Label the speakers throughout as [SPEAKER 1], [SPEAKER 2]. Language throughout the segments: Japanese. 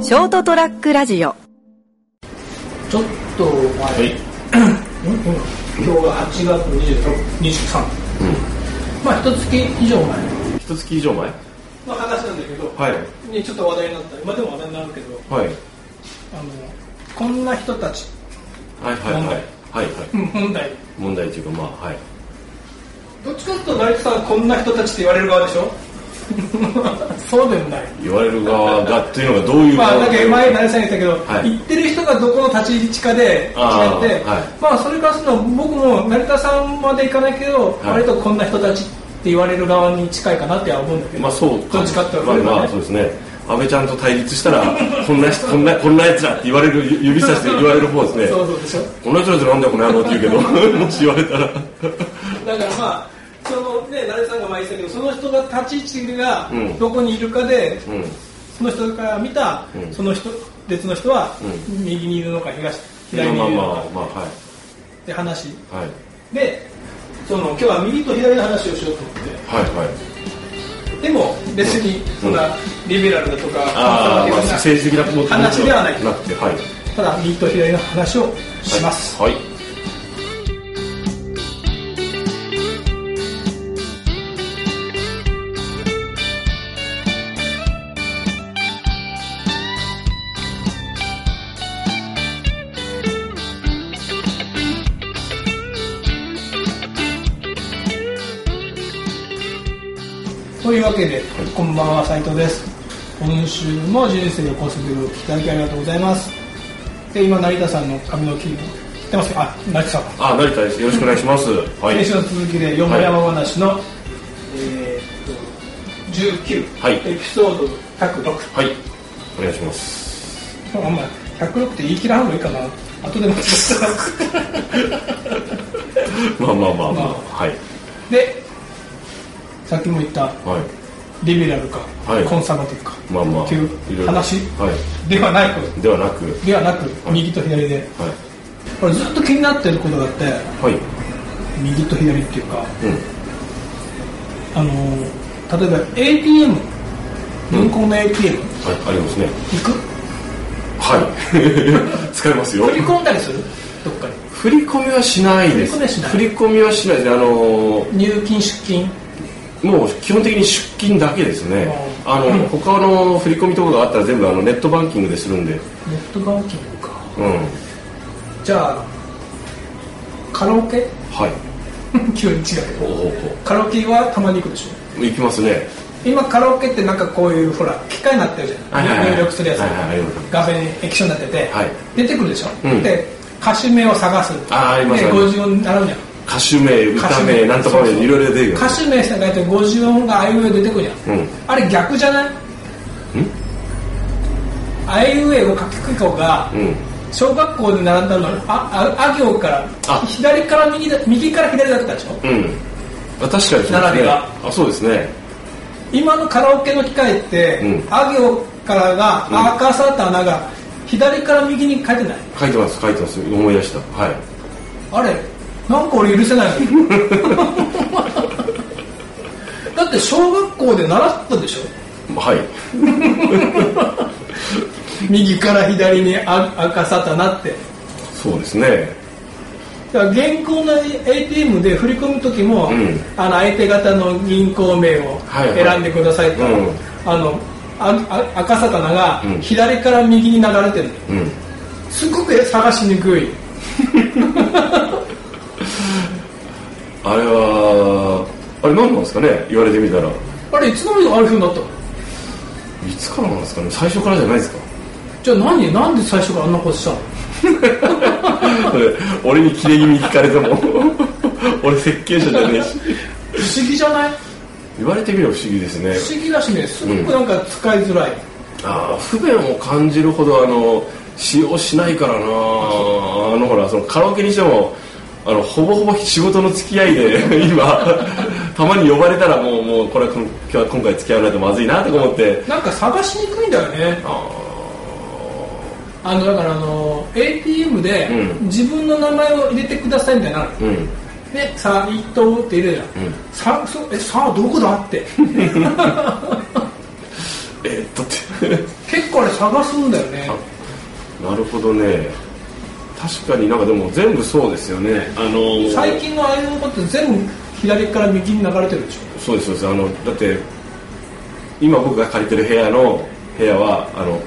[SPEAKER 1] ショートトラックラジオ
[SPEAKER 2] ちょっと前、
[SPEAKER 3] い
[SPEAKER 2] うんうん今日が8月26 23、まあ一月以上前
[SPEAKER 3] 一月以上前
[SPEAKER 2] の話なんだけど、
[SPEAKER 3] はい
[SPEAKER 2] ね、ちょっと話題になった今でも話題になるけど
[SPEAKER 3] はい
[SPEAKER 2] あのこんな人たち、
[SPEAKER 3] はいはいはいはいはい
[SPEAKER 2] うん本来
[SPEAKER 3] 問題というかまあはい
[SPEAKER 2] どっちかっていうと大工さんこんな人たちって言われる側でしょ そうでもない
[SPEAKER 3] 言われる側がっていうのがどういう
[SPEAKER 2] まあ、なんか前、
[SPEAKER 3] はい
[SPEAKER 2] 何さん言ってたけど、
[SPEAKER 3] はい
[SPEAKER 2] 言ってる人がどこの立ち位置かで決
[SPEAKER 3] あー
[SPEAKER 2] めて、
[SPEAKER 3] はい
[SPEAKER 2] まあ、それからすると、僕も成田さんまでいかないけど、
[SPEAKER 3] い
[SPEAKER 2] 割とこんな人たちって言われる側に近いかなっては思うんだけど、
[SPEAKER 3] まあそう
[SPEAKER 2] どっちかって言
[SPEAKER 3] ま
[SPEAKER 2] わ
[SPEAKER 3] あ
[SPEAKER 2] れる
[SPEAKER 3] ま
[SPEAKER 2] ね
[SPEAKER 3] あそうですね安倍ちゃんと対立したらこんな人こんなこんな奴らって言われる指さして言われる方ですね
[SPEAKER 2] そうそうでしょ、
[SPEAKER 3] こんな奴らじゃなんだよこの野郎って言うけど もし言われたら
[SPEAKER 2] だからまあ、そのね、成田さんが前言ってたけど、その人が立ち位置が
[SPEAKER 3] うん
[SPEAKER 2] どこにいるかで、
[SPEAKER 3] うん
[SPEAKER 2] その人から見た、
[SPEAKER 3] うん
[SPEAKER 2] その人別の人は、
[SPEAKER 3] う
[SPEAKER 2] 右にいるのか、東、
[SPEAKER 3] ま
[SPEAKER 2] 左にい
[SPEAKER 3] あ
[SPEAKER 2] る
[SPEAKER 3] まあ
[SPEAKER 2] のか
[SPEAKER 3] まあまあは
[SPEAKER 2] って話。
[SPEAKER 3] いはい
[SPEAKER 2] でその今日は右と左の話をしようと思っ
[SPEAKER 3] はいはい
[SPEAKER 2] てでも別にそんなリベラルだとか、
[SPEAKER 3] ああま
[SPEAKER 2] コ
[SPEAKER 3] あ
[SPEAKER 2] ンサバティ
[SPEAKER 3] 政治的なこと
[SPEAKER 2] ブな話ではない
[SPEAKER 3] なくてはい
[SPEAKER 2] ただ右と左の話をします、
[SPEAKER 3] はいはい
[SPEAKER 2] というわけでこんばんは斉藤です今週も人生横滑りをお聞きいただきありがとうございますで今成田さんの髪の毛を切ってますけどあ成田さん
[SPEAKER 3] あ成田ですよろしくお願いしますはい
[SPEAKER 2] 先週の続きでよもやま話の、えーっと19、
[SPEAKER 3] はい
[SPEAKER 2] エピソード106
[SPEAKER 3] はいお願いします
[SPEAKER 2] あんま106って言い切らんのいいかな後でまた
[SPEAKER 3] まあまあまあま
[SPEAKER 2] ま
[SPEAKER 3] あ
[SPEAKER 2] あ
[SPEAKER 3] はい
[SPEAKER 2] でさっきも言った
[SPEAKER 3] はい
[SPEAKER 2] リベラルか、
[SPEAKER 3] はい
[SPEAKER 2] コンサバティブか、
[SPEAKER 3] まあまあ
[SPEAKER 2] っていう
[SPEAKER 3] いろいろ
[SPEAKER 2] 話
[SPEAKER 3] は
[SPEAKER 2] ではないこ
[SPEAKER 3] いではなく
[SPEAKER 2] とではなく、
[SPEAKER 3] い
[SPEAKER 2] 右と左で
[SPEAKER 3] はい
[SPEAKER 2] 俺ずっと気になってることがあって
[SPEAKER 3] はい
[SPEAKER 2] 右と左っていうか
[SPEAKER 3] う
[SPEAKER 2] あ
[SPEAKER 3] ん
[SPEAKER 2] のー例えば ATM 銀行の ATM
[SPEAKER 3] はいありますね
[SPEAKER 2] 行く
[SPEAKER 3] はい 使いますよ
[SPEAKER 2] 振り込んだりするどっかに
[SPEAKER 3] 振り込みはしないです
[SPEAKER 2] 振り込みはしない
[SPEAKER 3] 振り込みはしないですねあのー
[SPEAKER 2] 入金出金
[SPEAKER 3] もう基本的に出金だけですね
[SPEAKER 2] あ
[SPEAKER 3] あの他の振り込みとかがあったら全部あのネットバンキングでするんで
[SPEAKER 2] ネットバンキングか
[SPEAKER 3] うん
[SPEAKER 2] じゃあカラオケ
[SPEAKER 3] はい
[SPEAKER 2] 急に違うけど
[SPEAKER 3] ほうほう
[SPEAKER 2] カラオケはたまに行くでしょ
[SPEAKER 3] ほう行きますね
[SPEAKER 2] 今カラオケってなんかこういうほら機械になってるじゃん、
[SPEAKER 3] はいはいはい
[SPEAKER 2] 入力するやつ、
[SPEAKER 3] はいはいあります
[SPEAKER 2] 画面液晶になってて、
[SPEAKER 3] はい
[SPEAKER 2] 出てくるでしょ、
[SPEAKER 3] うん
[SPEAKER 2] で歌詞名を探す
[SPEAKER 3] あーあります
[SPEAKER 2] で
[SPEAKER 3] あります
[SPEAKER 2] 50音並ぶじゃん
[SPEAKER 3] 歌手名歌名なんとか
[SPEAKER 2] そうそう
[SPEAKER 3] 名いろいろ出てくる
[SPEAKER 2] 歌手名探して50音があいうえお出てくるじゃん、
[SPEAKER 3] うん
[SPEAKER 2] あれ逆じゃないあいうえお書きくい方が
[SPEAKER 3] うん
[SPEAKER 2] 小学校で習ったのあああ行から
[SPEAKER 3] あ
[SPEAKER 2] 左から右だ右から左だったでしょ
[SPEAKER 3] うんあ確かにそうですね
[SPEAKER 2] 並びが
[SPEAKER 3] あそうですね
[SPEAKER 2] 今のカラオケの機械って、
[SPEAKER 3] うん
[SPEAKER 2] あ行からが、あかさった穴が左から右に書いてない
[SPEAKER 3] 書いてます書いてます思い出したはい
[SPEAKER 2] あれなんか俺許せない だって小学校で習ったでしょ
[SPEAKER 3] はい
[SPEAKER 2] 右から左にあ赤さたなって
[SPEAKER 3] そうですね
[SPEAKER 2] だから現行の ATM で振り込む時も、
[SPEAKER 3] うん
[SPEAKER 2] あの相手方の銀行名を
[SPEAKER 3] はいはい
[SPEAKER 2] 選んでくださいと、
[SPEAKER 3] うん
[SPEAKER 2] あのああ赤さたなが
[SPEAKER 3] うん
[SPEAKER 2] 左から右に流れてるの
[SPEAKER 3] うん
[SPEAKER 2] すごく探しにくい
[SPEAKER 3] あれはあれ何なんですかね言われてみたらい
[SPEAKER 2] あれいつの間にああいうふうになったの
[SPEAKER 3] つからなんですかね最初からじゃないですか
[SPEAKER 2] じゃあ何なんで最初からあんなことしたの
[SPEAKER 3] 俺に切れ気味に聞かれても 俺設計者じゃねえ
[SPEAKER 2] 不
[SPEAKER 3] し
[SPEAKER 2] 思議じゃない
[SPEAKER 3] 言われてみれば不思議ですね
[SPEAKER 2] 不思議だしねすごくなんか使いづらい、
[SPEAKER 3] ああ不便を感じるほどあの使用しないからなあのほらそのカラオケにしてもあのほぼほぼ仕事の付き合いで 今たまに呼ばれたらもうもうこれはこん今日は今回付き合わないとまずいなとか思って
[SPEAKER 2] なんか探しにくいんだよねあのだからあの ATM で
[SPEAKER 3] うん
[SPEAKER 2] 自分の名前を入れてくださいみたいなのある
[SPEAKER 3] うん
[SPEAKER 2] でさあ伊藤って入れるじゃん、
[SPEAKER 3] うん
[SPEAKER 2] さそえさあどこだって
[SPEAKER 3] ええーっとって
[SPEAKER 2] 結構あれ探すんだよね
[SPEAKER 3] なるほどね確かになんかでも全部そうですよねあの
[SPEAKER 2] 最近のアイドルのことって全部左から右に流れてるでし
[SPEAKER 3] そうですそうですあのだって今僕が借りてる部屋の部屋はあの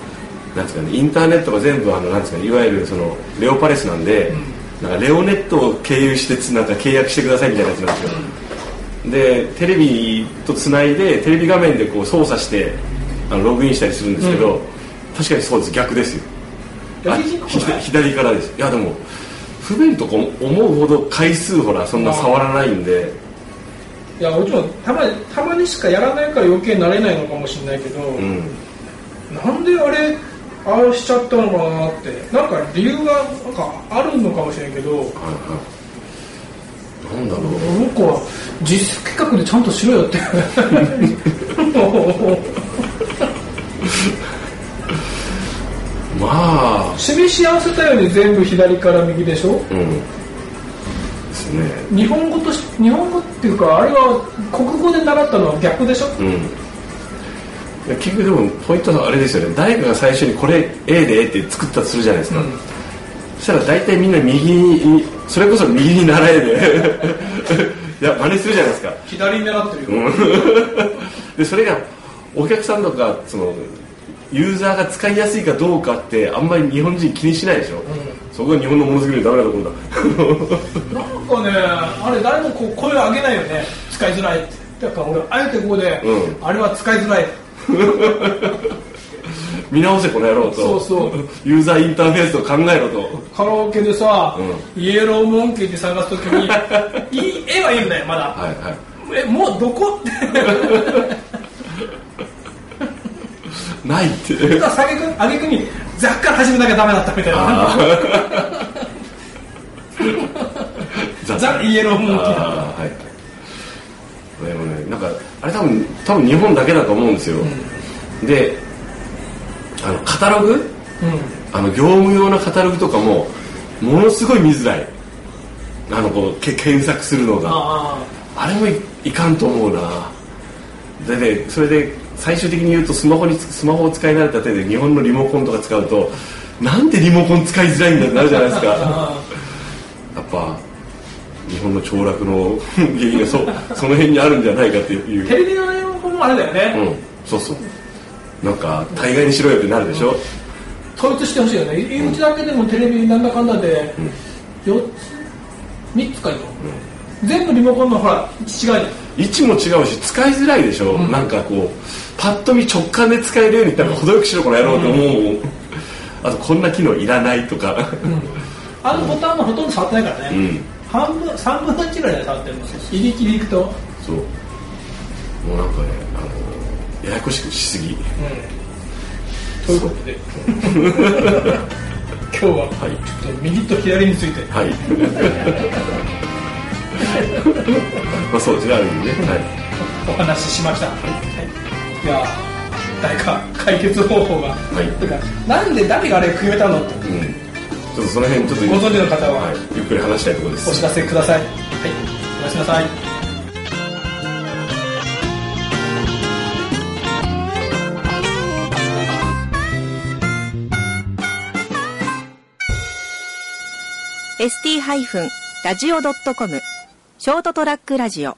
[SPEAKER 3] なんですかねインターネットが全部あのなんですかねいわゆるそのレオパレスなんで、なんかレオネットを経由してつなんか契約してくださいみたいなやつなんですよ、でテレビとつないでテレビ画面でこう操作してあのログインしたりするんですけど、確かにそうです逆ですよ
[SPEAKER 2] ょ
[SPEAKER 3] あ
[SPEAKER 2] 右に
[SPEAKER 3] ひだ左からですいやでも不便とか思うほど回数ほらそんな触らないんで、
[SPEAKER 2] いやもちろんたまたまにしかやらないから余計慣れないのかもしれないけど、
[SPEAKER 3] うん
[SPEAKER 2] なんであれああしちゃったのかなってなんか理由がなんかあるのかもしれんけど
[SPEAKER 3] はいはい。なんだろう。
[SPEAKER 2] この子は実企画でちゃんとしろよ ってもう
[SPEAKER 3] まあ、
[SPEAKER 2] 示し合わせたように全部左から右でしょ
[SPEAKER 3] うん。ですね。
[SPEAKER 2] 日本語とし日本語っていうかあれは国語で習ったのは逆でしょ
[SPEAKER 3] うん。結局でもポイントはあれですよね誰かが最初にこれ A で A って作ったとするじゃないですか、
[SPEAKER 2] ん
[SPEAKER 3] そしたら大体みんな右にそれこそ右に習えでいや真似するじゃないですか
[SPEAKER 2] 左に習ってるよ、
[SPEAKER 3] でそれがお客さんとかそのユーザーが使いやすいかどうかってあんまり日本人気にしないでしょ、そこが日本のものづくりのダメなと ころだ
[SPEAKER 2] なんかねあれ誰もこう声を上げないよね使いづらいってだから俺あえてここで、
[SPEAKER 3] う
[SPEAKER 2] あれは使いづらい
[SPEAKER 3] 見直せこの野郎と
[SPEAKER 2] そうそう
[SPEAKER 3] ユーザーインターフェースを考えろと
[SPEAKER 2] カラオケでさ、
[SPEAKER 3] う
[SPEAKER 2] イエローモンキーって探すとき にいい絵はいいんだよまだ、
[SPEAKER 3] はいはい
[SPEAKER 2] えもうどこって
[SPEAKER 3] ないって
[SPEAKER 2] 実は下げく上げくに雑貨始めなきゃダメだったみたいな
[SPEAKER 3] ザ
[SPEAKER 2] ザイエローモンキーだ
[SPEAKER 3] あーはいでもねなんかあれ多分多分日本だけだと思うんですよ、であのカタログ
[SPEAKER 2] う
[SPEAKER 3] あの業務用のカタログとかもものすごい見づらいあのこうけ検索するの
[SPEAKER 2] ん
[SPEAKER 3] が
[SPEAKER 2] あ
[SPEAKER 3] あれもいいかんと思うなでねそれで最終的に言うとスマホにスマホを使い慣れた手で日本のリモコンとか使うとなんでリモコン使いづらいんだってなるじゃないですかや
[SPEAKER 2] あ
[SPEAKER 3] っぱ日本の凋落の原因がそその辺にあるんじゃないかってい
[SPEAKER 2] テ
[SPEAKER 3] う、
[SPEAKER 2] レビの絵もあれだよね、
[SPEAKER 3] うん、そうそうなんか大概にしろよってなるでしょ、
[SPEAKER 2] 統一してほしいよね入り口だけでもテレビなんだかんだで4つ3つかよ、全部リモコンのほら違い
[SPEAKER 3] 位置も違うし使いづらいでしょ、なんかこうパッと見直感で使えるようになんか程よくしろこの野郎と思うもん、あとこんな機能いらないとか、
[SPEAKER 2] あのボタンもほとんど触ってないからね、
[SPEAKER 3] うん
[SPEAKER 2] 半分3分の1ぐらいで触ってるんですよ入り切りいくと、
[SPEAKER 3] そうもうなんかねあのややこしくしすぎ
[SPEAKER 2] という ことで今日は、
[SPEAKER 3] い
[SPEAKER 2] ちょっと右と左について
[SPEAKER 3] はいまあそうですねある意味ねはい
[SPEAKER 2] お話ししました、はい、では誰か解決方法が、
[SPEAKER 3] い
[SPEAKER 2] てかなんで誰があれ決めたのって
[SPEAKER 3] うんちょっとその辺ちょっと
[SPEAKER 2] ご存知の方は
[SPEAKER 3] はい、ゆっくり話したいところで
[SPEAKER 2] お知
[SPEAKER 3] す
[SPEAKER 2] らせください。はい、おやすみなさい。
[SPEAKER 1] ST-radio.com ショートトラックラジオ